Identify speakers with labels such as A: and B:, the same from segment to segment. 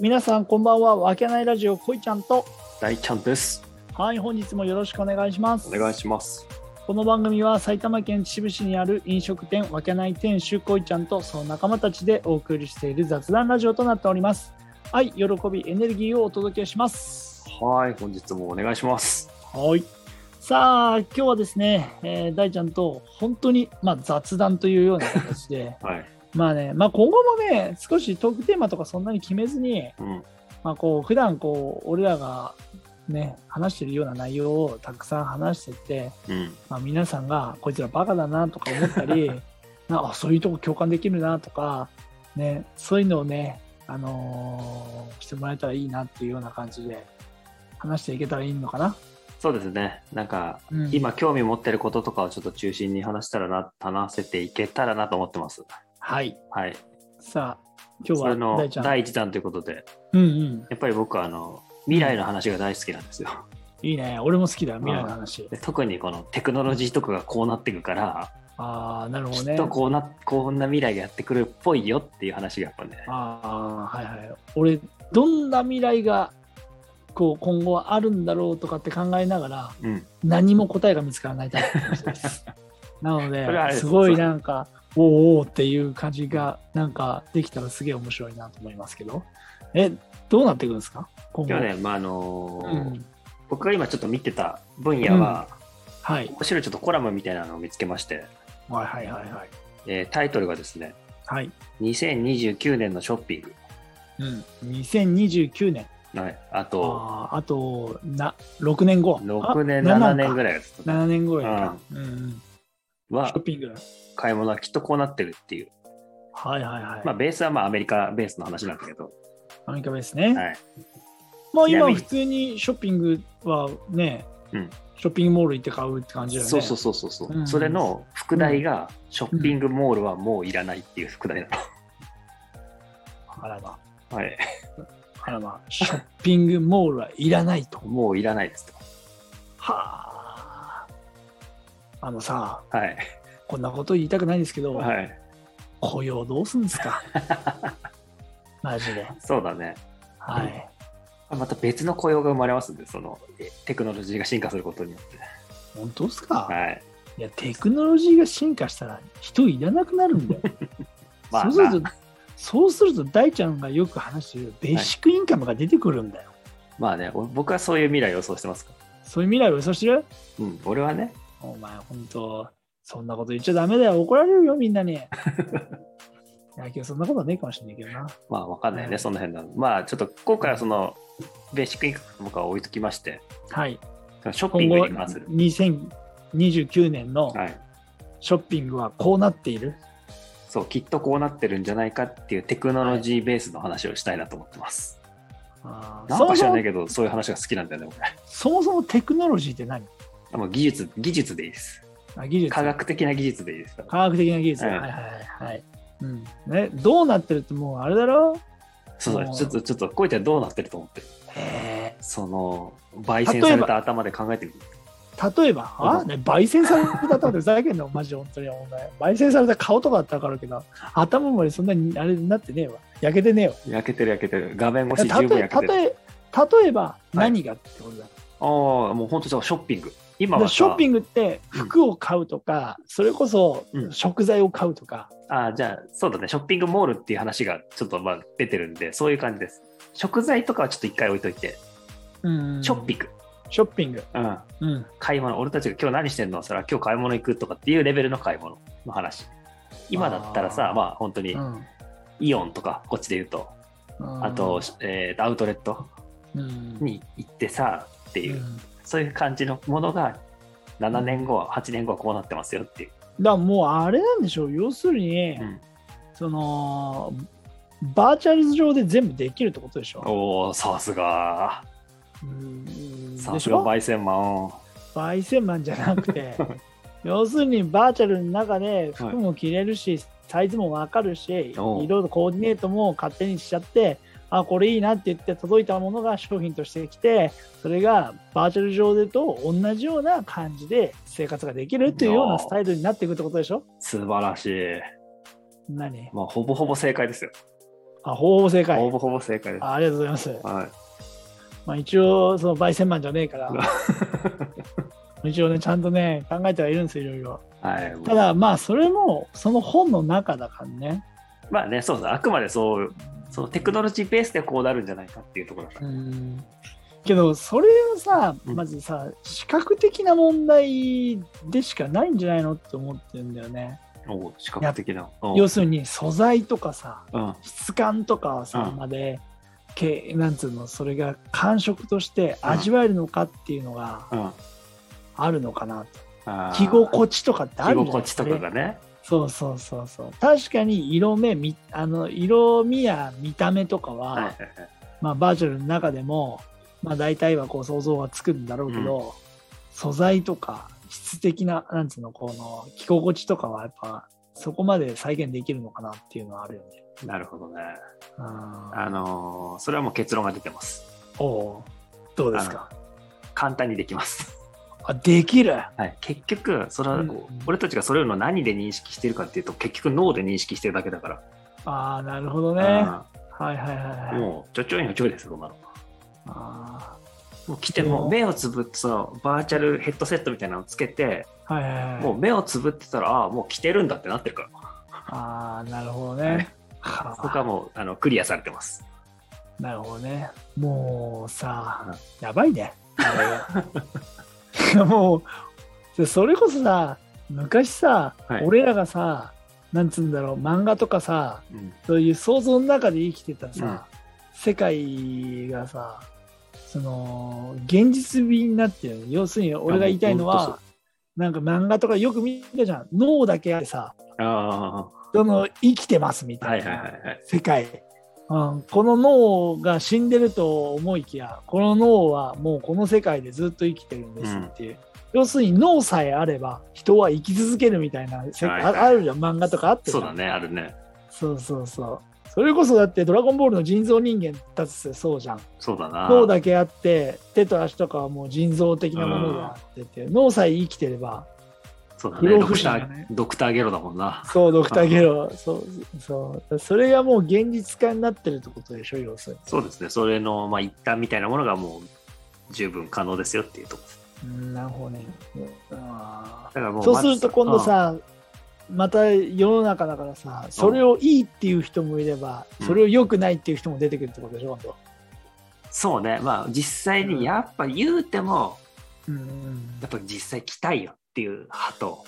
A: 皆さんこんばんはわけないラジオこいちゃんと
B: 大ちゃんです。
A: はい本日もよろしくお願いします
B: お願いします。
A: この番組は埼玉県秩父市にある飲食店わけない店主こいちゃんとその仲間たちでお送りしている雑談ラジオとなっておりますはい喜びエネルギーをお届けします
B: はい、本日もお願いします。
A: はいさあ今日はですね、えー大ちゃんと本当に、まあ、雑談というような形で
B: はい。
A: まあね、まあ、今後もね少しトークテーマとかそんなに決めずに、
B: うん。
A: まあ、こう普段こう俺らがね話してるような内容をたくさん話してって、
B: うん。
A: まあ、皆さんがこいつらバカだなとか思ったり なあそういうとこ共感できるなとか、ね、そういうのをね、あのーしてもらえたらいいなっていうような感じで話していけたらいいのかな。
B: そうですね。なんか、
A: うん
B: 今興味持ってることとかをちょっと中心に話したらな、話せていけたらなと思ってます。
A: はい
B: はい。
A: さあ今日
B: それ
A: は
B: の
A: 大ちゃん
B: 第一弾ということで、
A: うんうん、
B: やっぱり僕はあの、未来の話が大好きなんですよ。
A: いいね俺も好きだよ未来の話
B: で特にこのテクノロジーとかがこうなってくから、
A: ああなるほど
B: き
A: ね
B: っとこうな、こんな未来がやってくるっぽいよっていう話がやっぱね。
A: ああはいはい俺どんな未来がこう今後はあるんだろうとかって考えながら
B: うん。
A: 何も答えが見つからないタイプの人ですなので
B: それはあれで
A: す
B: す
A: ごいなんかおおおーっていう感じがなんかできたらすげえ面白いなと思いますけどえどうなっていくんですか今後
B: 今日ね、まあ、あの
A: う
B: ー
A: ん、
B: 僕が今ちょっと見てた分野は、
A: はい
B: 面白いちょっとコラムみたいなのを見つけまして、
A: はいはいはいはい
B: えータイトルがですね
A: はい、
B: 2029年のショッピン
A: うん、2029年
B: グ、はい、あと
A: あーあとな6年後
B: 6年
A: あ
B: 7年ぐ
A: い
B: らいですね
A: 7年後やな、うんうん、シ
B: は
A: ョッピング
B: 買い物はきっとこうなってるっていう、
A: はいはいはい。
B: まあ、ベースはまあアメリカベースの話なんだけど、
A: アメリカですね。
B: はい、
A: まあ
B: ちなみ
A: 今
B: に
A: 普通にショッピングはね、
B: うん
A: ショッピングモール行って買うって感じだよね。
B: そうそうそうそうそう、
A: うん
B: それの副題がショッピングモールはもういらないっていう副題なの、
A: あらま、
B: はい、
A: あらま、ショッピングモールはいらないと。
B: もういらないですと
A: はあ。あのさ、
B: はい
A: こんなこと言いたくないですけど、
B: はい
A: 雇用どうすんです かマジで。
B: そうだね
A: はい。
B: また別の雇用が生まれますんでそのえテクノロジーが進化することによって
A: 本当ですか、い、
B: はい
A: や、テクノロジーが進化したら人いらなくなるんだよ。
B: まあ
A: そう
B: な
A: すると、そうすると大ちゃんがよく話してるベーシックインカムが出てくるんだよ。
B: まあねお僕はそういう未来を予想してますから
A: そういう未来を予想してる
B: うん、俺はね、
A: お前、本当そんなこと言っちゃダメだよ。怒られるよ、みんなに。い や、今日そんなことはねえかもしれないけどな。
B: まあわかんないよ
A: は
B: ね、
A: い
B: その辺なの。まあちょっと今回はその、ベーシックインカムとかは置いときまして、
A: はい。
B: ショッピ
A: 今
B: ング
A: 後、
B: に関する。
A: 2029年の
B: はい。
A: ショッピングはこうなっている。
B: そう、きっとこうなってるんじゃないかっていうテクノロジーベースの話をしたいなと思ってます。
A: あー
B: なんか知らない
A: そも
B: けど、そういう話が好きなんだよね、
A: そもそもテクノロジーって何
B: 俺。もう技術、技術でいいです。
A: あ技術
B: 科学的な技術でいいですから。
A: 科学的な技術。
B: うん
A: はいはいはいはい。うんね、どうなってるってもうあれだろ
B: そう
A: うん
B: そう、ちょっと、ちょっと、こういったらどうなってると思ってる。
A: へ
B: その、焙煎された頭で考えてみる。
A: ー例えば、あ、ね、焙煎された頭でふざけんなよ、マジで本当にお前。焙煎された顔とかだったらわかるけど、頭までそんなにあれになってねえわ。焼けてねえわ。
B: 焼けてる焼けてる。画面越し十分
A: 例え
B: 焼けてる。
A: 例え例えば何がってことだ、
B: ああ、もう本当そう、ショッピング。
A: だか
B: 今は
A: らショッピ
B: ング
A: ングって服を買うとか、それこそ
B: うん
A: 食材を買うとか、
B: あーじゃあ、そうだね、ショッピングモールっていう話がちょっとまあ出てるんで、そういう感じです。食材とかはちょっと一回置いといて、
A: うん
B: ショッピング、
A: ショッピング、
B: うん、
A: うん、
B: 買い物、俺たちが今日何してんのそれは今日買い物行くとかっていうレベルの買い物の話。今だったらさ、
A: あー
B: まあ本当に
A: うん
B: イオンとか、こっちで言うと、あと、えーアウトレット
A: うん
B: に行ってさってい
A: う
B: う、
A: ん
B: そういう感じのものが、7年後は、8年後はこうなってますよっていう。
A: だからもうあれなんでしょう要するに、
B: うん
A: そのバーチャル上で全部できるってことでしょ、
B: おー、さすが。
A: うん、
B: さ
A: ですし
B: が
A: ょ
B: 焙煎マン。
A: 焙煎マンじゃなく て要するにバーチャルの中で服も着れるし、サイズも分かるしい
B: お
A: ろ
B: う
A: いろコーディネートも勝手にしちゃってあこれいいなって言って届いたものが商品としてきてそれがバーチャル上でと同じような感じで生活ができるっていうよう
B: お
A: な
B: う
A: スタイルになっていくってことでしょ
B: 素晴らしい。
A: 何
B: まあ、ほぼほぼ正解ですよ。
A: あ、ほぼ正解
B: ほぼほぼ正解です。
A: あ。ありがとうございます。
B: はい。
A: まあ、一応、その焙煎マンじゃねえ から、一応ね、ちゃんとね、考えてはいるんですよ、いろいろ。
B: はい、
A: ただ、まあ、それも、その本の中だからね。
B: まあね、そうそう、あくまでそう、そのテクノロジーベースでこうなるんじゃないかっていうところだか
A: うん。けど、それをさ、
B: うん
A: まずさ、視覚的な問題でしかないんじゃないのって思ってるんだよね。
B: ら、おう視覚的な。おう
A: 要するに、素材とかさ、
B: うん、
A: 質感とかさ、
B: うん
A: まで、けなんつうの、それが感触として味わえるのかっていうのが
B: うん。
A: あるのかなと。
B: あー
A: 着心地とかってある
B: 着
A: じゃん
B: 心地とかがね。
A: そうそうそうそう確かに色目みあの色味や見た目とかは、
B: はいはいはい
A: まあ、バーチャルの中でも、まあ、大体はこう想像はつくんだろうけど、素材とか質的ななんつうのこの着心地とかはやっぱそこまで再現できるのかなっていうのはあるよね。
B: なるほどね。
A: あ
B: あのーそれはもう結論が出てます。
A: おおうどうですか
B: 簡単にできます。
A: あできる
B: はい、結局それは、
A: うん
B: 俺たちがそれを何で認識してるかっていうと結局脳で認識してるだけだか
A: ああなるほどね。
B: ら、
A: はいはいはい
B: うん
A: はい。
B: もうちょちょいのちょいですよこんなの
A: あ
B: もう来て
A: でも
B: もう目をつぶってそのバーチャルヘッドセットみたいなのつけて、
A: ーはいはいはい、
B: もう目をつぶってたらああもう来てるんだってなってるから
A: ああなるほど
B: は
A: ね
B: い。
A: はあ
B: そこはもうあのクリアされてます
A: なるほどね。もうさ、
B: うん
A: やばいね。 もう、それこそさ、昔さ、
B: はい
A: 俺らがさ、なんつうんだろう、漫画とかさ、
B: うん
A: そういう想像の中で生きてたさ、世界がさ、その、現実味になってる。要するに、俺が言いたいの
B: いやもうほん
A: は、なんか漫画とかよく見たじゃん。脳だけあってさ、
B: あ
A: その、生きてますみ
B: あ
A: た
B: はい
A: い
B: は
A: な。
B: いはいはい
A: 世界、うん、この脳が死んでると思いきやこの脳はもうこの世界でずっと生きてるんですっていう、要するに脳さえあれば人は生き続けるみたいな世界
B: はいはい
A: ああるじゃん漫画とかあってさ
B: そうだねあるね
A: そうそうそうそれこそだって「ドラゴンボール」の人造人間だってそうじゃん
B: そうだな
A: 脳だけあって手と足とかはもう人造的なものであってって、脳さえ生きてれば
B: そうだ
A: 不
B: ね
A: 老
B: ド
A: 不
B: ク
A: 死
B: タ
A: だね
B: ードクターゲロだもんな
A: そうドクターゲロそうそうそれがもう現実化になってるってことでしょ要するに。
B: そうですねそれのまあ一端みたいなものがもう十分可能ですよっていうとこ
A: うんなるほどね。あ
B: だからも
A: ー
B: う
A: そうすると
B: まず
A: 今度
B: うん
A: さ、また世の中だからさ、それをいいっていう人もいれば、
B: うん
A: それを良くないっていう人も出てくるってことでしょ、今
B: そうねまあ実際
A: うん
B: にやっぱ言うても、
A: 度。うん
B: やっぱ実際来たいよっていう派と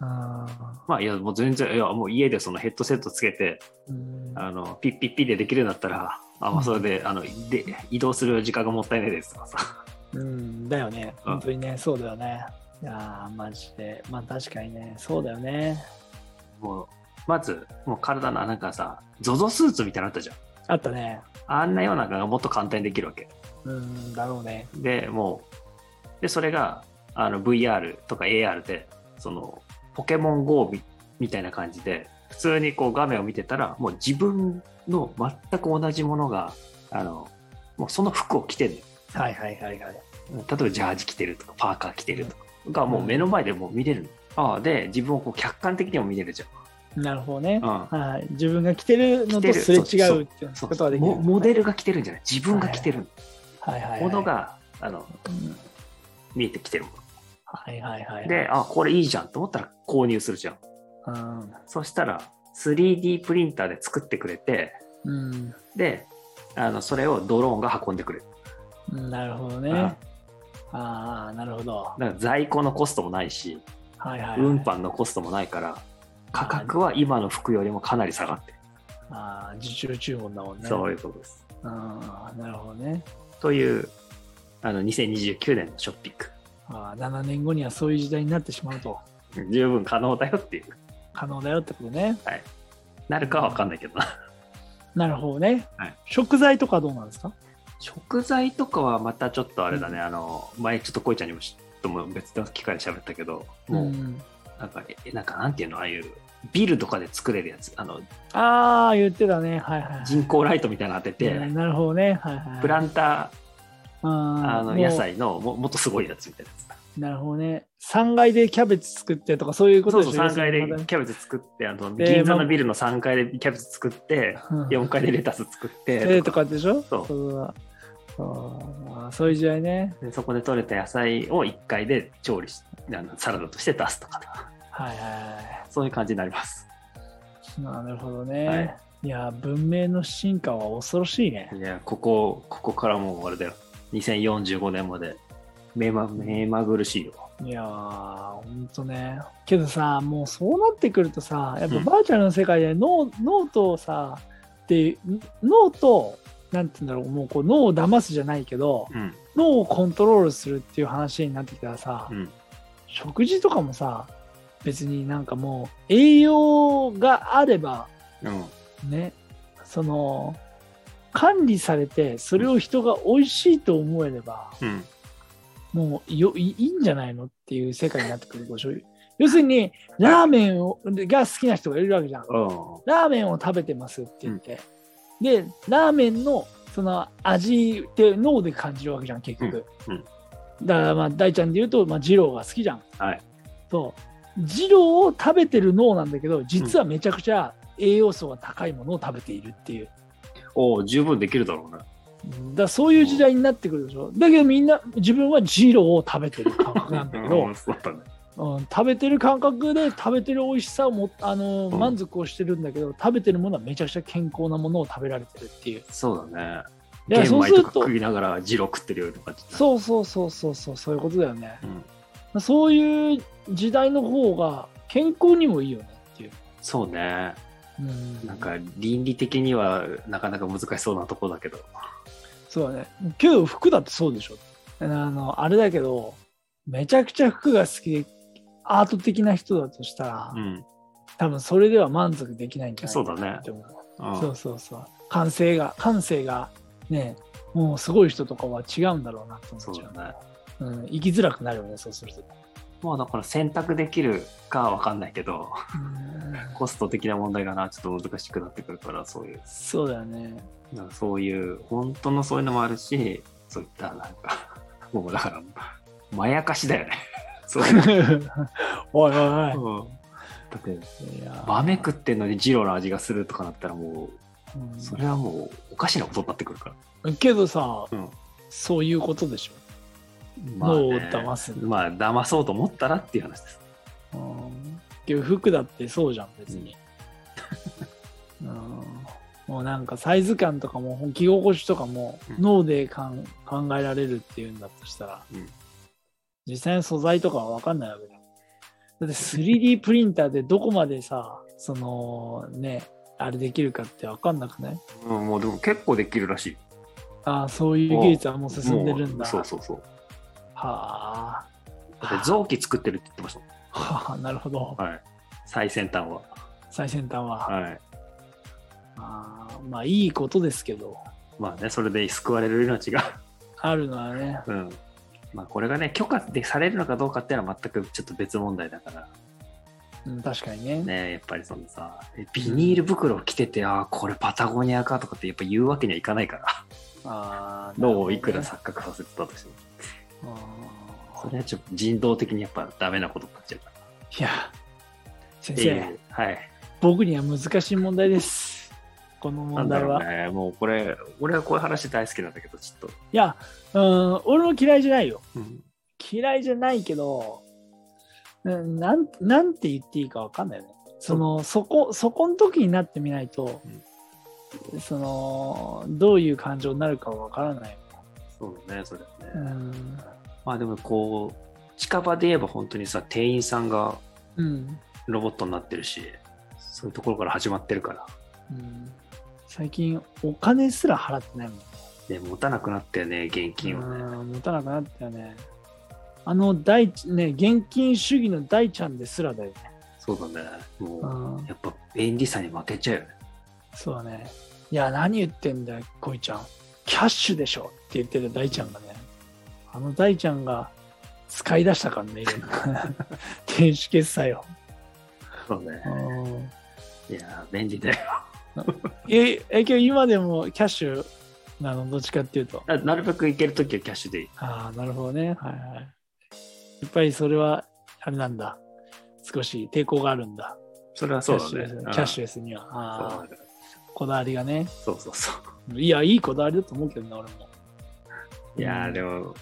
A: あ
B: まあいやもう全然いやもう家でそのヘッドセットつけて
A: ーうん
B: あのピッピッピでできるんだったらあまあそれで,、あので移動する時間がもったいないですとかさ
A: うん、だよね。
B: うん
A: 本当にね、そうだよね。いやー、マジで。まあ確かにね、そうだよね。
B: もうまずもう体のなんかさ ZOZO スーツみたいなのあったじゃん
A: あったね。
B: あんなようなのがもっと簡単にできるわけ
A: うん、だろうね。
B: でもうでそれがあの VR とか AR でそのポケモン GO みみたいな感じで普通にこう画面を見てたらもう自分の全く同じものがあのもうその服を着てる
A: はいはいはいはい。
B: 例えばジャージ着てるとかパーカー着てるとかがもう目の前でもう見れる、ああで自分をこう客観的にも見れるじ
A: なるほどね
B: ゃ。ん、
A: はい、自分が着てるの
B: 着て
A: と
B: る
A: すれ違うっていう
B: そう
A: ことはできる。
B: モモデルが着てるんじゃない自分が着てる
A: はいはいはい
B: ものが、あの
A: うん
B: 見えてきてるも
A: はいはいはい。
B: のであこれいいじゃんと思ったら購入するじゃん
A: うん、
B: そしたら 3D プリンターで作ってくれて
A: うん、
B: であのそれをドローンが運んでくれる、
A: なるほど
B: うんだ
A: ね。ああ、なるほど。
B: から在庫のコストもないし
A: はいはい、はい。
B: 運搬のコストもないから価格は今の服よりもかなり下がってる、
A: ああ、受注注文だもんね。
B: そういうことです
A: ああ、なるほどね。
B: というあの2029年のショッピン
A: ああ、7年後にはそういう時代になってしまうと、
B: グ十分可能だよっていう
A: 可能だよってことね。
B: なるかは分かんないけどな
A: なるほどね。
B: はい
A: 食材とかどうなんですか
B: 食材とかはまたちょっとあれだね、あの前ちょっとこいちゃんにもちょっともう別の機会で喋ったけどもう
A: うん、
B: なんか、えなんかなんていうのああいうビルとかで作れるやつあの
A: ああ、言ってたね。はいはい。
B: 人工ライトみたいなの当てて、
A: うんなるほどね。はいはい。
B: プランター、
A: あー
B: あ
A: も
B: の
A: う
B: 野菜のももっとすごいやつみたいなやつ
A: なるほどね。3階でキャベツ作ってとかそういうこ
B: そ
A: と
B: う
A: で
B: そう
A: しょ
B: 3階で
A: 要するにまだ
B: キャベツ作ってあの
A: で
B: 銀座
A: まあ
B: のビルの3階でキャベツ作って
A: うん
B: 4階でレタス作っ
A: え
B: て
A: ーと
B: とか
A: かでしょ
B: そ
A: そう
B: う
A: そうあーそういう時代ね。
B: でそこで採れた野菜を1階で調理しあのサラダとして出すとかね
A: はいは
B: そういう感じになります
A: い。なるほどね。い、やー、文明の進化は恐ろしいね。
B: いやここここからもうあれだよ2045年まで目ま目まぐるしいよ
A: いやー、ほんとね。けどさ、もうそうなってくるとさ、やっぱバーチャルの世界で脳,、脳とさ、で脳と、なんて言うんだろう、もうこう脳を騙すじゃないけど、
B: うん
A: 脳をコントロールするっていう話になってきたらさ、
B: うん
A: 食事とかもさ、別になんかもう栄養があれば、
B: うん
A: ね、その、管理されて、それを人が美味しいと思えれば、
B: うん
A: もうよいいいんじゃないのっていう世界になってくるでしょ要するにラーメンをが好きな人がいるわけじゃん
B: うん
A: ラーメンを食べてますって言って、でラーメンのその味って脳で感じるわけじゃん結局、
B: うん
A: だからまあ大ちゃんで言うと、まあ、二郎が好きじゃん
B: はい
A: そう二郎を食べてる脳なんだけど実はめちゃくちゃ栄養素が高いものを食べているっていう
B: おお十分できるだろうね
A: だからそういう時代になってくるでしょだけどみんな自分は二郎を食べてる感覚なんだけど、
B: うんそうだね
A: うん、食べてる感覚で食べてる美味しさをもあのー
B: うん
A: 満足をしてるんだけど、食べてるものはめちゃくちゃ健康なものを食べられてるっていう
B: そうだね
A: いや
B: 玄
A: そう
B: 米
A: する
B: と
A: と
B: か食いながらジロ食ってるよとか
A: そうそうそうそうそうそういうことだよね
B: うん
A: そういう時代の方が健康にもいいよねっていう、
B: そうね
A: うん、
B: なんか倫理的にはなかなか難しそうなとこだけど
A: そうだねけど服だってそうでしょあのあれだけどめちゃくちゃ服が好きでアート的な人だとしたら、
B: うん、
A: 多分それでは満足できないんじゃない
B: そうだ
A: かな
B: ね
A: って思う
B: うん
A: そうそうそう。感性が、感性がね、もうすごい人とかは違うんだろうなと思
B: そ
A: っ
B: う
A: ちゃう。
B: だね
A: うん、生きづらくなるよね、そうすると。
B: まあだから選択できるかわかんないけど コスト的な問題がなちょっと難しくなってくるからそういう
A: そうだよね。
B: なんかそういう本当のそういうのもあるしそういったなんか もうだからまやかしだよね そういう
A: おいおいおい。
B: の、うん、だって
A: いやー
B: 豆食ってんのにジロの味がするとかなったらも
A: うん
B: うそれはもうおかしなことになってくるから
A: けどさ、
B: うん
A: そういうことでしょ。
B: まあね
A: 脳を騙す
B: まあ騙そうと思ったらっていう話です
A: うん、けど服だってそうじゃん、別に。うん、もうなんかサイズ感とかも着心地とかも
B: うん
A: 脳でかん考えられるっていうんだとしたら、
B: うん
A: 実際の素材とかは分かんないわけだよだって 3D プリンターでどこまでさそのねあれできるかって分かんなくない
B: うん、もうでも結構できるらしい。
A: ああそういう技術はもう進んでるん
B: もう
A: だ
B: そうそうそう。
A: はあ
B: だって臓器作ってるって言ってまし
A: はあなるほど
B: た。はい。最先端は。
A: 最先端は、
B: はい。
A: ああまあいいことですけど
B: まあね、それで救われる命が。
A: あるのはね
B: うん。まあこれがね、許可でされるのかどうかっていうのは全くちょっと別問題だから。
A: うん、確かにね。
B: ね、やっぱりそのさ、ビニール袋を着てて、ああ、これパタゴニアかとかってやっぱ言うわけにはいかないから。
A: あー
B: 脳をいくら。
A: なる
B: 錯覚させてたとしても。
A: ほどね
B: それはちょっと人道的にやっぱダメなことになっちゃうから。
A: いや、先
B: って
A: 生、
B: いうはい。
A: 僕には難しい問題です。この問題は。
B: なんだろうね、もうこれ、俺はこういう話大好きなんだけど、ちょっと。
A: いや、うん、俺も嫌いじゃないよ。
B: うん
A: 嫌いじゃないけど、うん、なんなんて言っていいか分かんないよね。そのそこそこの時になってみないと、そのどういう感情になるかは分からない、
B: そうだね、それはね。
A: うん
B: まあでもこう、近場で言えば本当にさ、店員さんが
A: うん
B: ロボットになってるし、そういうところから始まってるから、
A: うん、最近お金すら払ってないもん
B: ね、持たなくなったよね、現金をね。
A: うん持たなくなったよね。あの大ち、ね、現金主義の大ちゃんですらだよね。
B: そうだね。
A: う
B: もう、
A: ん、
B: やっぱ便利さに負けちゃうよね。
A: そうだね。いや、何言ってんだよ、こいちゃん。キャッシュでしょって言ってる大ちゃんがね。あの大ちゃんが使い出したからね、いろん な電子決済を。
B: そうね。
A: うん
B: いやー、便利だよ。
A: え、え、今日今でもキャッシュなの、どっちかっていうと。
B: ななるべく行けるときはキャッシュでいい。
A: ああ、なるほどね。はいはい。やっぱりそれは、あれなんだ。少し抵抗があるんだ。
B: それは
A: キ
B: そ
A: ャ
B: う
A: ッシュレ
B: だ
A: ス、
B: ね。
A: キャッシュレ
B: ュ
A: スには。あー
B: そう
A: こだわりがね。
B: そうそうそう。
A: いや、いいこだわりだと思うけどな、俺も。
B: いやーでも、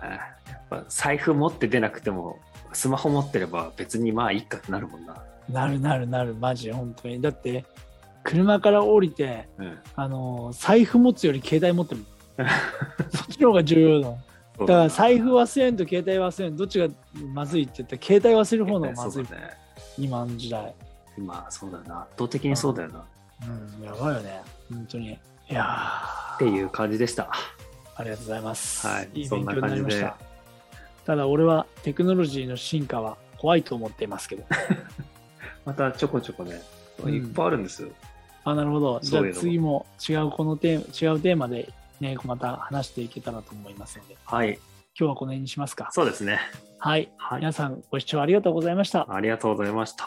B: あーやっぱ財布持って出なくても、スマホ持ってれば別にまあいいかってなるもんな。
A: なるなるなる、マジ、本当に。だって、車から降りて、
B: うん。
A: あのー財布持つより携帯持 ってる。そっちの方が重要だもん。
B: そう
A: だか
B: な
A: ら財布忘れんと携帯忘れん、どっちがまずいって言ったら、携帯忘れる方の方がまずい、
B: そうだね。
A: 今の時代。
B: 今、そうだよな。圧倒的にそうだよな。っ
A: うん、やばいよね、本当に。いやー、あ
B: ていう感じでした。
A: りがとうございます。
B: はい
A: いい
B: そん
A: 勉
B: な
A: 強になりまし
B: 感
A: た。ただ、俺はテクノロジーの進化は怖いと思っていますけど。
B: またちょこちょこね、
A: うん
B: いっぱいあるんですよ。
A: あなるほど。じゃ
B: そう
A: あ
B: いうのも
A: 次も違うこのテーマ違うテーマで、ね、また話していけたらと思いますので、
B: はい。
A: 今日はこの辺にしますか。
B: そうですね。
A: はい。
B: はい。
A: 皆さんご視聴ありがとうございました。
B: ありがとうございました。